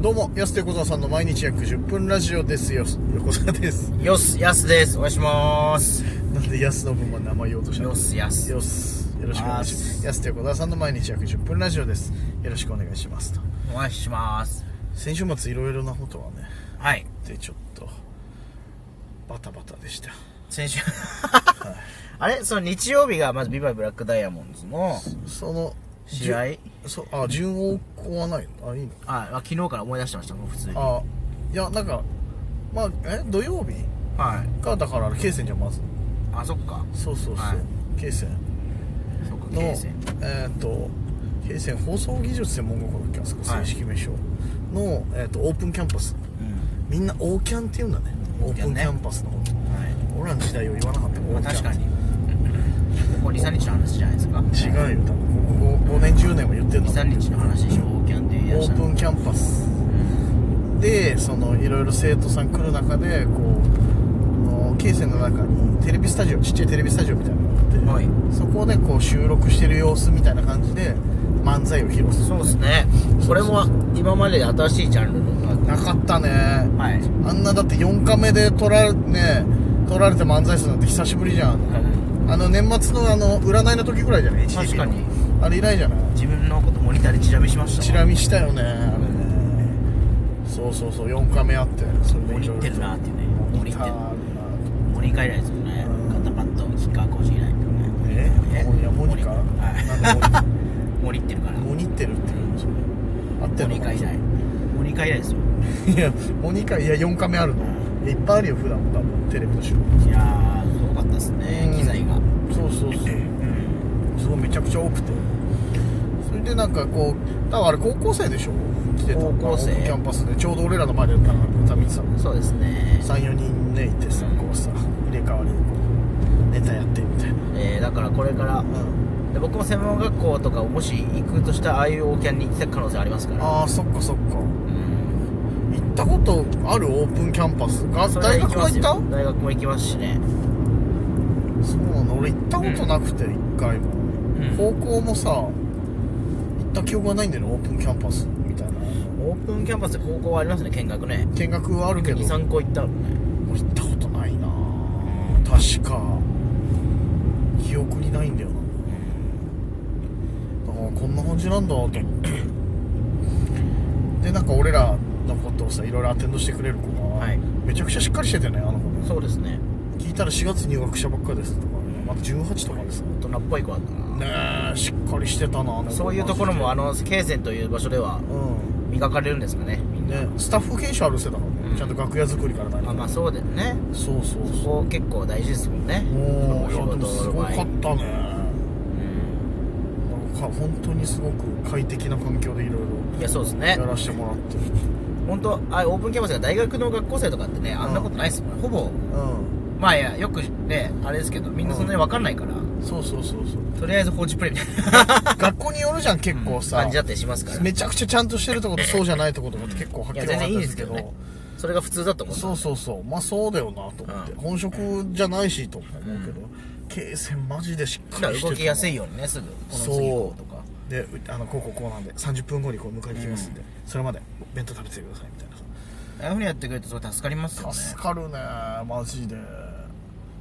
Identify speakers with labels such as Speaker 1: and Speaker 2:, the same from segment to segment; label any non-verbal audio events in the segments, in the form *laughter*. Speaker 1: どうも、安手小沢さんの毎日約10分ラジオですよ。横澤です。
Speaker 2: よす、やすです。お願いします。
Speaker 1: なんで安の分は名前言おうとしたの
Speaker 2: よす、やす。
Speaker 1: よす。よろしくお願いします。安手小沢さんの毎日約10分ラジオです。よろしくお願いしますと。
Speaker 2: お願いします。
Speaker 1: 先週末いろいろなことはね、
Speaker 2: はい。
Speaker 1: で、ちょっと、バタバタでした。
Speaker 2: 先週、 *laughs* あれその日曜日が、まず、ビバイブラックダイヤモンドズの
Speaker 1: その、
Speaker 2: 試合
Speaker 1: じゅそう、あ、順応校はないのあ、いいの
Speaker 2: あ、あ昨日から思い出してました、もう普通に。は
Speaker 1: あ、いや、なんか、まあ、え、土曜日
Speaker 2: い。
Speaker 1: が、だから、ケイセンじゃん、まず。
Speaker 2: あ、そっか。
Speaker 1: そうそうそう。
Speaker 2: はい
Speaker 1: ケイセン。
Speaker 2: そっか、
Speaker 1: の
Speaker 2: 京成。
Speaker 1: えっ、と平成放送技術専門学校だっけあそこ
Speaker 2: は
Speaker 1: 正
Speaker 2: い
Speaker 1: 式名称の、えー、とオープンキャンパス
Speaker 2: うん。
Speaker 1: みんなオーキャンって言うんだねオ
Speaker 2: オ
Speaker 1: ー
Speaker 2: ーキ
Speaker 1: プ
Speaker 2: ャ
Speaker 1: ン
Speaker 2: ン
Speaker 1: キ
Speaker 2: ね
Speaker 1: ャンパスのこと、
Speaker 2: はい。
Speaker 1: 俺らの時代を言わなかった
Speaker 2: ま
Speaker 1: オー
Speaker 2: あ、
Speaker 1: キャン
Speaker 2: 確かに。ここ2、3日の話じゃないですか。
Speaker 1: 違うよ多分ここ5年10年は言ってん
Speaker 2: 2、
Speaker 1: だ
Speaker 2: 3日の話でしょ、オーキャンって言い出
Speaker 1: オ
Speaker 2: した
Speaker 1: ー
Speaker 2: の
Speaker 1: プンキャンパスでそのいろいろ生徒さん来る中でこうあの京成の中にテレビスタジオちっちゃいテレビスタジオみたいなのがあって、
Speaker 2: はい
Speaker 1: そこでこう収録してる様子みたいな感じで漫才を披露する
Speaker 2: そうですね。これも、今までで新しいジャンルの
Speaker 1: なかったね
Speaker 2: はい。
Speaker 1: あんなだって4カメで撮られ,、ね、撮られて漫才するなんて久しぶりじゃんあの年末のあの占いの時ぐらいじゃない
Speaker 2: 確かに
Speaker 1: HDB のあれ以来じゃない
Speaker 2: 自分のことモニターでチラ見しましたもん。
Speaker 1: チラ見したよねあれねそうそうそう4カメあってそれ
Speaker 2: 盛り入ってるなっていうね盛
Speaker 1: 盛り
Speaker 2: り入ってる
Speaker 1: る
Speaker 2: モニカ以来ですよね
Speaker 1: うん
Speaker 2: 肩パッドキッカーコージ以来ですよね
Speaker 1: えモニカモニカなんでモニカ
Speaker 2: はい盛り入ってるから
Speaker 1: モニってるっていうのそれあって
Speaker 2: モ
Speaker 1: んの
Speaker 2: ニ
Speaker 1: かな
Speaker 2: カ以来モニカ以来ですよ
Speaker 1: いやモニカいや4カメあるのいやいっぱいあるよ普段も多分テレビの収録
Speaker 2: いやーすごかったですね
Speaker 1: うん
Speaker 2: 機材が
Speaker 1: そうそうそうすごいめちゃくちゃ多くてそれでなんかこうだからあれ高校生でしょ来てたの
Speaker 2: 高校生
Speaker 1: あのキャンパスでちょうど俺らの前で歌見てたの
Speaker 2: そうですね
Speaker 1: 34人ねいてさこうさ入れ替わりでこうネタやってみたいな
Speaker 2: えーだからこれからで僕も専門学校とかもし行くとしたらああいうオーキャンに行ってた可能性ありますから
Speaker 1: ああそっかそっか
Speaker 2: うん
Speaker 1: 行ったことあるオープンキャンパスが
Speaker 2: それ
Speaker 1: 大
Speaker 2: は
Speaker 1: 学
Speaker 2: 行き
Speaker 1: は行
Speaker 2: ます
Speaker 1: っ
Speaker 2: よ
Speaker 1: た
Speaker 2: 大学も行きますしね
Speaker 1: そうなの俺行ったことなくて一回も、
Speaker 2: ん
Speaker 1: 高校もさ行った記憶がないんだよねオープンキャンパスみたいな
Speaker 2: オープンキャンパスで高校はありますね見学ね
Speaker 1: 見学はあるけど
Speaker 2: 23個行ったのね
Speaker 1: 俺行ったことないな確か記憶にないんだよなああこんな感じなんだと思
Speaker 2: *clears throat*
Speaker 1: ってでなんか俺らのことをさいろいろアテンドしてくれる子が、
Speaker 2: はい
Speaker 1: めちゃくちゃしっかりしてたよねあの子ね
Speaker 2: そうですね
Speaker 1: 聞いたら4月入学したばっかですとかねまた18とかですね
Speaker 2: 大人っぽい子だったな
Speaker 1: えしっかりしてたなあの子
Speaker 2: そういうところもあの慶仙という場所では
Speaker 1: う
Speaker 2: 磨かれるんですかねみん
Speaker 1: ん
Speaker 2: な、
Speaker 1: ねスタッフ研修あるせだからね、
Speaker 2: うん
Speaker 1: ちゃんと楽屋作りから何
Speaker 2: あ
Speaker 1: か
Speaker 2: まあそうだよね
Speaker 1: そうそう
Speaker 2: そ
Speaker 1: そう
Speaker 2: こ結構大事ですもんね
Speaker 1: おおいやでもす
Speaker 2: 仕
Speaker 1: ごか
Speaker 2: 事の場合
Speaker 1: ったね
Speaker 2: うん
Speaker 1: なんか本当にすごく快適な環境でいろい
Speaker 2: いやそうです
Speaker 1: ろ
Speaker 2: ね
Speaker 1: やらせてもらって
Speaker 2: 本当あオープンキャンパスが大学の学校生とかってねあんなことないですもんほぼ
Speaker 1: う
Speaker 2: まあいやよくねあれですけどみんなそんなに分かんないから、
Speaker 1: んそうそうそうそう
Speaker 2: とりあえず放置プレイみたいな
Speaker 1: 学校によるじゃん結構さ、
Speaker 2: 感じだったりしますから
Speaker 1: めちゃくちゃちゃんとしてるとことそうじゃないとことが結構はっき
Speaker 2: い
Speaker 1: り
Speaker 2: や
Speaker 1: 分か
Speaker 2: 全
Speaker 1: ったん
Speaker 2: 然いいで
Speaker 1: です
Speaker 2: す
Speaker 1: け
Speaker 2: け
Speaker 1: ど
Speaker 2: どねそれが普通だと思う
Speaker 1: そうそうそうまあそうだよなと思って、
Speaker 2: うん
Speaker 1: 本職じゃないしと思うけど京成、マジでしっかりして
Speaker 2: 動きやすい
Speaker 1: よ
Speaker 2: ようにねすぐこの次
Speaker 1: そ
Speaker 2: 行こうとか
Speaker 1: うでうあのこうこうこうなんで30分後にこう迎えに来ますんで、それまで弁当食べててくださいみたいなさ
Speaker 2: ああいうふうにやってくれるとすごい助かりますよね
Speaker 1: 助かるねマジで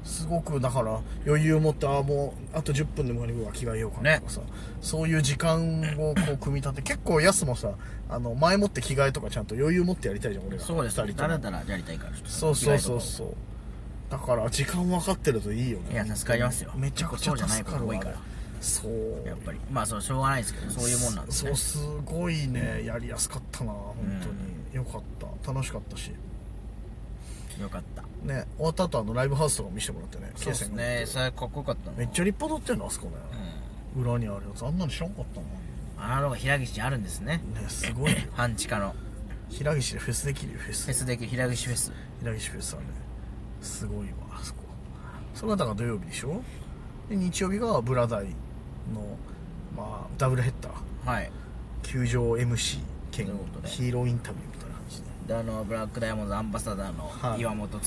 Speaker 1: すごくだから余裕を持ってああもうあと10分でもう着替えようかな
Speaker 2: ね
Speaker 1: とかさ、そういう時間をこう組み立て結構ヤスもさあの前もって着替えとかちゃんと余裕持ってやりたいじゃん俺ら
Speaker 2: そうです
Speaker 1: 二人と
Speaker 2: だ
Speaker 1: も
Speaker 2: らだらやりたいから
Speaker 1: そうそうそうそうだから時間分かってるといいよね
Speaker 2: いや助かりますよ
Speaker 1: めちゃくちゃ
Speaker 2: そうじゃない
Speaker 1: 助
Speaker 2: こ
Speaker 1: か
Speaker 2: と
Speaker 1: る
Speaker 2: 多
Speaker 1: わ
Speaker 2: い
Speaker 1: あ
Speaker 2: か
Speaker 1: れ
Speaker 2: ら
Speaker 1: そう
Speaker 2: やっぱりまあそれはしょうがないですけどそういうもんなんですね
Speaker 1: そうすごいねやりやすかったな本当に、よかった楽しかったし
Speaker 2: よかった
Speaker 1: ね終わった後あのライブハウスとかも見せてもらってね
Speaker 2: そうですねそれかっこよかったな
Speaker 1: めっちゃ立派だってんのあそこね、裏にあるやつあんなの知らんかったも
Speaker 2: あの平岸にあるんですね
Speaker 1: んねす
Speaker 2: *laughs*
Speaker 1: ごいね
Speaker 2: 半地下の
Speaker 1: 平岸でフェスできるよフェ
Speaker 2: フ
Speaker 1: ス
Speaker 2: ェスできる平岸フェス
Speaker 1: 平岸フェスあるねすごいわあそこそれがだから土曜日でしょで日曜日がブラダイのまあダブルヘッダー
Speaker 2: はい
Speaker 1: 球場 MC 兼
Speaker 2: なるほどね
Speaker 1: ヒーローインタビューみたいな感じで
Speaker 2: であのブラックダイヤモンドアンバサダー
Speaker 1: は
Speaker 2: の
Speaker 1: い
Speaker 2: 岩本勉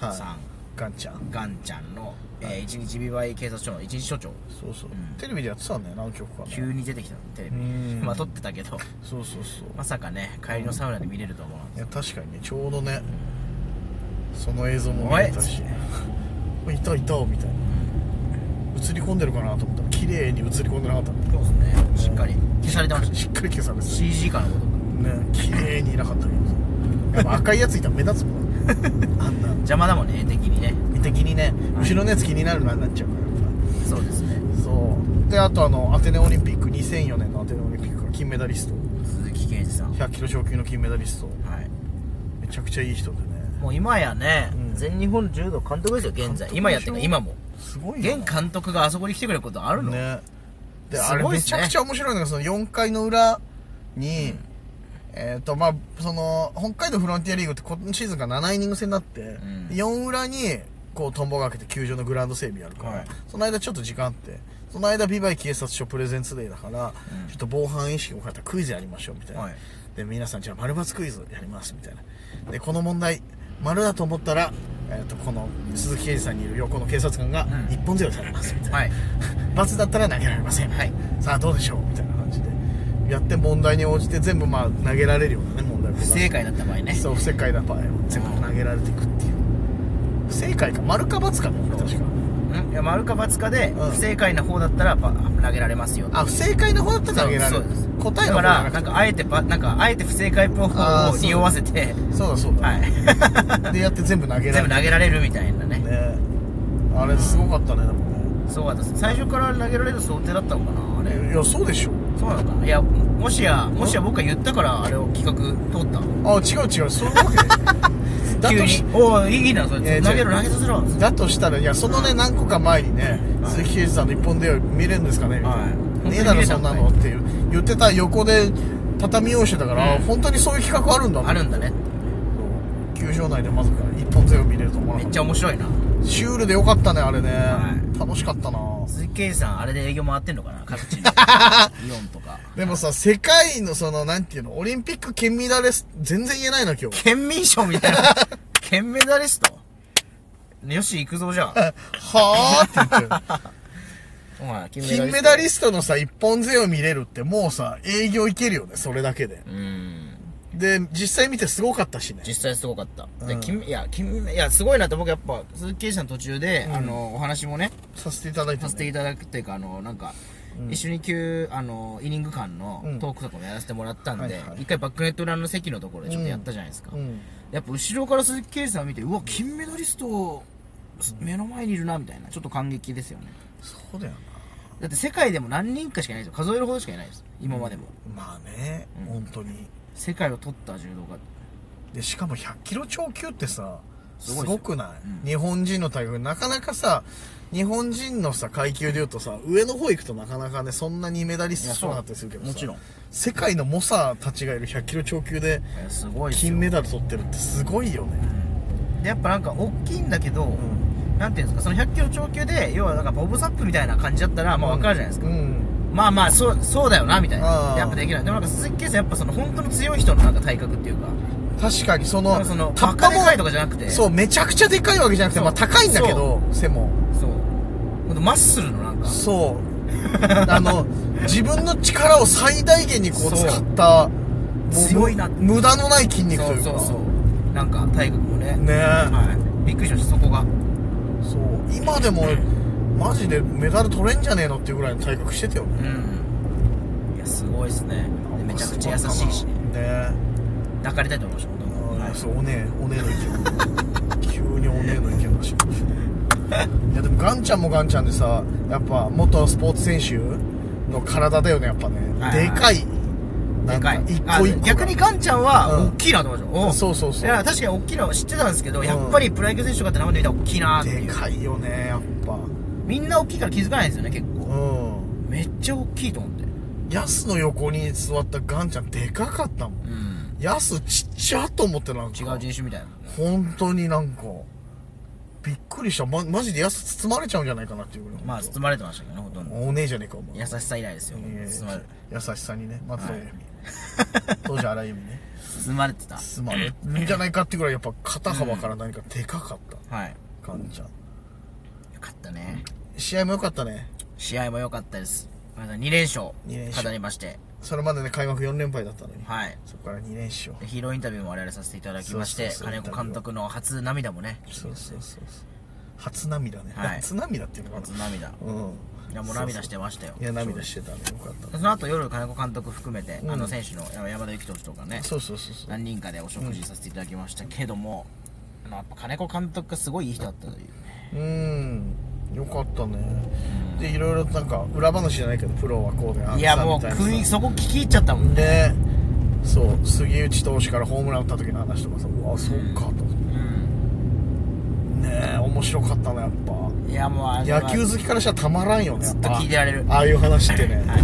Speaker 2: さん、
Speaker 1: はいガンちゃん
Speaker 2: ガンちゃんの、えー、一日美媒警察署の一日署長
Speaker 1: そうそう、
Speaker 2: うん
Speaker 1: テレビでやってたんだよ何曲かね
Speaker 2: 急に出てきたのテレビ
Speaker 1: うん
Speaker 2: まあ撮ってたけど
Speaker 1: そうそうそう
Speaker 2: まさかね帰りのサウナで見れるとは思わなかっ
Speaker 1: いや確かにねちょうどねその映像も
Speaker 2: お
Speaker 1: 見
Speaker 2: い
Speaker 1: れたしいたいたみたいな映り込んでるかなと思ったら綺麗に映り込んでなかった
Speaker 2: たそうですねしっかり消されてました
Speaker 1: しっかり消されてた
Speaker 2: CG かなこと
Speaker 1: ね綺麗にいなかったけどさやっぱ赤いやついたら目立つもんあんな
Speaker 2: 邪魔だもんね絵的にね
Speaker 1: 見て気にね後ろのやつ気になるななっちゃうからやっ
Speaker 2: そうですね
Speaker 1: ぱそうであとあのアテネオリンピック2004年のアテネオリンピックから金メダリスト
Speaker 2: 鈴木健二さんは
Speaker 1: 100キロ超級の金メダリスト
Speaker 2: い
Speaker 1: めちゃくちゃいい人でね
Speaker 2: もう今やね、
Speaker 1: うん
Speaker 2: 全日本柔道監督ですよ現
Speaker 1: 監督
Speaker 2: 在
Speaker 1: でしょ
Speaker 2: 今やってか今も
Speaker 1: すごいよ
Speaker 2: 現監督があそこに来てくれることあるの、
Speaker 1: ねですあれ
Speaker 2: ごいっ
Speaker 1: め
Speaker 2: す
Speaker 1: ち
Speaker 2: ね
Speaker 1: ゃくちゃ面白いのがその4回の裏に、えっ、とまあその北海道フロンティアリーグって今シーズンが7イニング制になって、
Speaker 2: ん
Speaker 1: 4裏にこうトンボが開けて球場のグラウンド整備やるから、
Speaker 2: はい
Speaker 1: その間ちょっと時間あってその間ビバイ警察署プレゼンツデーだから、ちょっと防犯意識を変えたクイズやりましょうみたいな、
Speaker 2: はい
Speaker 1: で皆さんじゃあ丸×クイズやりますみたいなでこの問題丸だと思ったら、えー、とこの鈴木刑事さんにいる横の警察官が
Speaker 2: ん
Speaker 1: 一本背負いされますみたいな、
Speaker 2: はい
Speaker 1: 罰だったら投げられません、
Speaker 2: はい
Speaker 1: さあどうでしょうみたいな感じでやって問題に応じて全部まあ投げられるようなね問題
Speaker 2: 不正解だった場合ね
Speaker 1: そう不正解だ場合は全部投げられていくっていう不正解か丸か×かだよね確か
Speaker 2: んいや丸か×かで、
Speaker 1: うん
Speaker 2: 不正解な方だったらば投げられますよ
Speaker 1: あ不正解の方だったら投げられ
Speaker 2: そう
Speaker 1: る
Speaker 2: です
Speaker 1: 答え
Speaker 2: だ
Speaker 1: の方
Speaker 2: から
Speaker 1: じ
Speaker 2: な
Speaker 1: ゃ
Speaker 2: ん
Speaker 1: くて
Speaker 2: かあえてばなんかあえて不正解プロフ
Speaker 1: あー
Speaker 2: を
Speaker 1: そう
Speaker 2: 匂わせて
Speaker 1: そうだそうだ、
Speaker 2: はい
Speaker 1: でやって全部投げられ
Speaker 2: *laughs* 全
Speaker 1: る
Speaker 2: 部投げられるみたいなね
Speaker 1: ねあれすごかったねでも
Speaker 2: そうだった最初から投げられる想定だったのかなあれ
Speaker 1: ねいやそうでしょ
Speaker 2: そうなのかないやもしやもしや僕が言ったからあれを企画通った
Speaker 1: あ
Speaker 2: の
Speaker 1: 違う違うそういうわ
Speaker 2: *laughs*
Speaker 1: けだ
Speaker 2: 急
Speaker 1: と
Speaker 2: に
Speaker 1: し
Speaker 2: おおいいなそれ
Speaker 1: えー
Speaker 2: 投げろ
Speaker 1: 違
Speaker 2: 投
Speaker 1: う
Speaker 2: げさせろ
Speaker 1: だとしたらいやそのね何個か前にね鈴木刑事さんの一本出よい見れるんですかねみたいな、
Speaker 2: はい
Speaker 1: ねえだろそんなの
Speaker 2: 本
Speaker 1: っていう言ってた横で畳用紙だから、
Speaker 2: うん
Speaker 1: 本当にそういう企画あるんだ
Speaker 2: あるんだね
Speaker 1: 球場内でまさか一本背負い見れると思わ
Speaker 2: め
Speaker 1: なか
Speaker 2: っ
Speaker 1: っ
Speaker 2: ちゃ面白いな
Speaker 1: たシュールでよかったねあれね、
Speaker 2: は
Speaker 1: 楽しかったな
Speaker 2: 鈴木圭さんあれで営業回ってんのかな
Speaker 1: *laughs*
Speaker 2: 各地にイオンとか
Speaker 1: でもさ世界のそのなんていうのオリンピック県民だれす全然言えないな今日
Speaker 2: 県民賞みたい *laughs* な県メダリストよし行くぞじゃあ
Speaker 1: はあって言ってる
Speaker 2: お前金
Speaker 1: 金メダリストのさ一本背負い見れるってもうさ営業いけるよねそれだけで
Speaker 2: うーん
Speaker 1: で実際見てすごかったしね
Speaker 2: 実際すごかった、
Speaker 1: う
Speaker 2: で
Speaker 1: ん
Speaker 2: 金いや金いやすごいなって僕やっぱ鈴木圭さん途中で、あのお話もね
Speaker 1: させていただいて、
Speaker 2: させていただくっていうかあのなんか、一緒に急あのイニング間の
Speaker 1: うん
Speaker 2: トークとかもやらせてもらったんで、
Speaker 1: はいはい
Speaker 2: 一回バックネット裏の席のところでちょっとやったじゃないですか、
Speaker 1: うん
Speaker 2: やっぱ後ろから鈴木圭さんを見てうわ金メダリスト目の前にいるなみたいなちょっと感激ですよね
Speaker 1: そうだよな
Speaker 2: だって世界でも何人かしかいないですよ数えるほどしかいないです今までも、
Speaker 1: まあね、
Speaker 2: うん
Speaker 1: 本当に
Speaker 2: 世界を取った柔道家
Speaker 1: でしかも100キロ超級ってさ
Speaker 2: す
Speaker 1: す
Speaker 2: ごいですよ
Speaker 1: ごくない、
Speaker 2: うん
Speaker 1: 日本人の体格なかなかさ日本人のさ階級でいうとさ上の方行くとなかなかねそんなにメダリストそうなったりするけどさ
Speaker 2: もちろん
Speaker 1: 世界の猛者たちがいる100キロ超級です
Speaker 2: ごいですよ
Speaker 1: 金メダル取ってるってすごいよね、
Speaker 2: でやっぱなんか大きいんだけど、なんていうんですかその100キロ超級で要はなんかボブサップみたいな感じだったらまあ分かるじゃないですか、
Speaker 1: うん
Speaker 2: まあまあそうそうだよなみたいな
Speaker 1: あー
Speaker 2: やっぱできないでもなんか鈴木圭さんやっぱその本当の強い人のなんか体格っていうか
Speaker 1: 確かにそ
Speaker 2: なん
Speaker 1: の
Speaker 2: かその
Speaker 1: タ
Speaker 2: バ
Speaker 1: ッパ
Speaker 2: カで
Speaker 1: も
Speaker 2: かいとかじゃなくて
Speaker 1: そうめちゃくちゃでかいわけじゃなくて
Speaker 2: そう
Speaker 1: まあ高いんだけど背も
Speaker 2: そうほんとマッスルのなんか
Speaker 1: そうあ
Speaker 2: *laughs*
Speaker 1: の自分の力を最大限にこう使ったもう
Speaker 2: 強いなって
Speaker 1: 無駄のない筋肉と
Speaker 2: そ
Speaker 1: いううか
Speaker 2: そうそうなんか体格もね
Speaker 1: ねえ、
Speaker 2: はいびっくりしましたそこが
Speaker 1: そう今でもマジでメダル取れんじゃねえのっていうぐらいの体格してたよね
Speaker 2: うんいやすごいっすねでめちゃくちゃ優しいしね
Speaker 1: ねえ
Speaker 2: 抱かれたいと思いました
Speaker 1: あ
Speaker 2: 本当
Speaker 1: ー
Speaker 2: にはい
Speaker 1: そうおねえおねえの
Speaker 2: *laughs*
Speaker 1: 意見急におねえの意見出しましたいやでもガンちゃんもガンちゃんでさやっぱ元スポーツ選手の体だよねやっぱね
Speaker 2: はいはい
Speaker 1: でかいな
Speaker 2: で
Speaker 1: ん
Speaker 2: か
Speaker 1: か
Speaker 2: い
Speaker 1: 一
Speaker 2: あ
Speaker 1: 個一個が
Speaker 2: 逆にガンちゃんは
Speaker 1: うん
Speaker 2: 大きいなと思いましたお
Speaker 1: そうそうそう
Speaker 2: や確かに大きいのは知ってたんですけど、やっぱりプロ野球選手とかって生で見たら大きいなって
Speaker 1: で
Speaker 2: いう
Speaker 1: かいよねやっぱ
Speaker 2: みんな大きいから気づかないんですよね結構
Speaker 1: う
Speaker 2: めっちゃ大きいと思って
Speaker 1: んヤスの横に座ったガンちゃんでかかったもん
Speaker 2: うん
Speaker 1: ヤスちっちゃと思ってなん
Speaker 2: 違
Speaker 1: か
Speaker 2: う人種みたいな
Speaker 1: 本当になんかびっくりした、ま、マジでやす包まれちゃうんじゃないかなっていうぐらい
Speaker 2: まあ包まれてましたけどねほとんど
Speaker 1: おねえじゃねえかお前
Speaker 2: 優しさ以来ですよ
Speaker 1: いやいや
Speaker 2: 包まれ
Speaker 1: 優しさにね松
Speaker 2: は
Speaker 1: 尾
Speaker 2: い
Speaker 1: 由美、当時荒井由美ね
Speaker 2: 包まれてた
Speaker 1: 包まれるんじゃないかってぐらいやっぱ肩幅から何かでかかった、
Speaker 2: はい
Speaker 1: カンちゃん
Speaker 2: よかったね
Speaker 1: 試合も良かったね
Speaker 2: 試合も良かったですまだ2連勝
Speaker 1: 二連勝
Speaker 2: 飾りまして
Speaker 1: それまでね開幕4連敗だったのに、
Speaker 2: はい
Speaker 1: そこから2連勝
Speaker 2: でヒーローインタビューも我々させていただきまし
Speaker 1: そ
Speaker 2: て
Speaker 1: うそうそう
Speaker 2: 金子監督の初涙もね
Speaker 1: そうそうそうそう初涙ね、
Speaker 2: はい
Speaker 1: *laughs* 初涙っていうのか
Speaker 2: 初
Speaker 1: な
Speaker 2: 涙
Speaker 1: うん
Speaker 2: いやもう涙してましたよ
Speaker 1: いや涙してたねよかった
Speaker 2: その後夜金子監督含めて、
Speaker 1: うん
Speaker 2: あの選手の山山田幸投手とかね
Speaker 1: そうそうそうそう
Speaker 2: 何人かでお食事させていただきましたけども、あのやっぱ金子監督がすごいいい人だったという
Speaker 1: うんよかったねでいろいろなんか裏話じゃないけどプロはこうでああ
Speaker 2: いや
Speaker 1: だ
Speaker 2: もう
Speaker 1: みた
Speaker 2: 食
Speaker 1: ないさ
Speaker 2: そこ聞き入っちゃったもんね
Speaker 1: でそう杉内投手からホームラン打った時の話とかさうわそっかとねえ面白かったねやっぱ
Speaker 2: いやもうあれは
Speaker 1: 野球好きからしたらたまらんよねや
Speaker 2: ずっ
Speaker 1: っ
Speaker 2: と
Speaker 1: ぱ
Speaker 2: 聞いてられる
Speaker 1: ああいう話ってね、
Speaker 2: は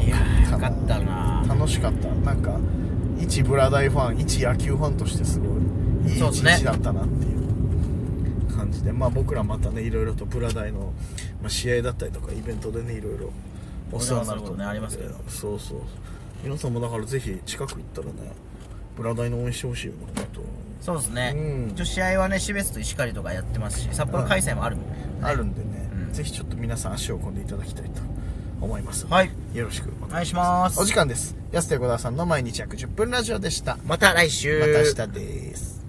Speaker 2: いいやーよかったな
Speaker 1: 楽しかったなんか一ブラ大ファン一野球ファンとしてすごいいい
Speaker 2: そう
Speaker 1: 一
Speaker 2: ですね
Speaker 1: 日だったなっていう感じでまあ僕らまたねいろいろとブラ大の、まあ、試合だったりとかイベントでねいろいろお世話になると思うので
Speaker 2: お世話になることねあり
Speaker 1: そうそう皆さんもだからぜひ近く行ったらねブラ大の応援してほしいよなと
Speaker 2: そうですね、
Speaker 1: うん
Speaker 2: 一応試合はね標津と石狩とかやってますし札幌開催もあるんで、
Speaker 1: あるんでね、
Speaker 2: うん
Speaker 1: ぜひちょっと皆さん足を運んでいただきたいと思います
Speaker 2: はい
Speaker 1: よろしくお
Speaker 2: お
Speaker 1: 願
Speaker 2: 願
Speaker 1: い
Speaker 2: い
Speaker 1: し
Speaker 2: しま
Speaker 1: ます
Speaker 2: す
Speaker 1: お時間です安手小田さんの毎日約10分ラジオでした
Speaker 2: また来週
Speaker 1: また明日です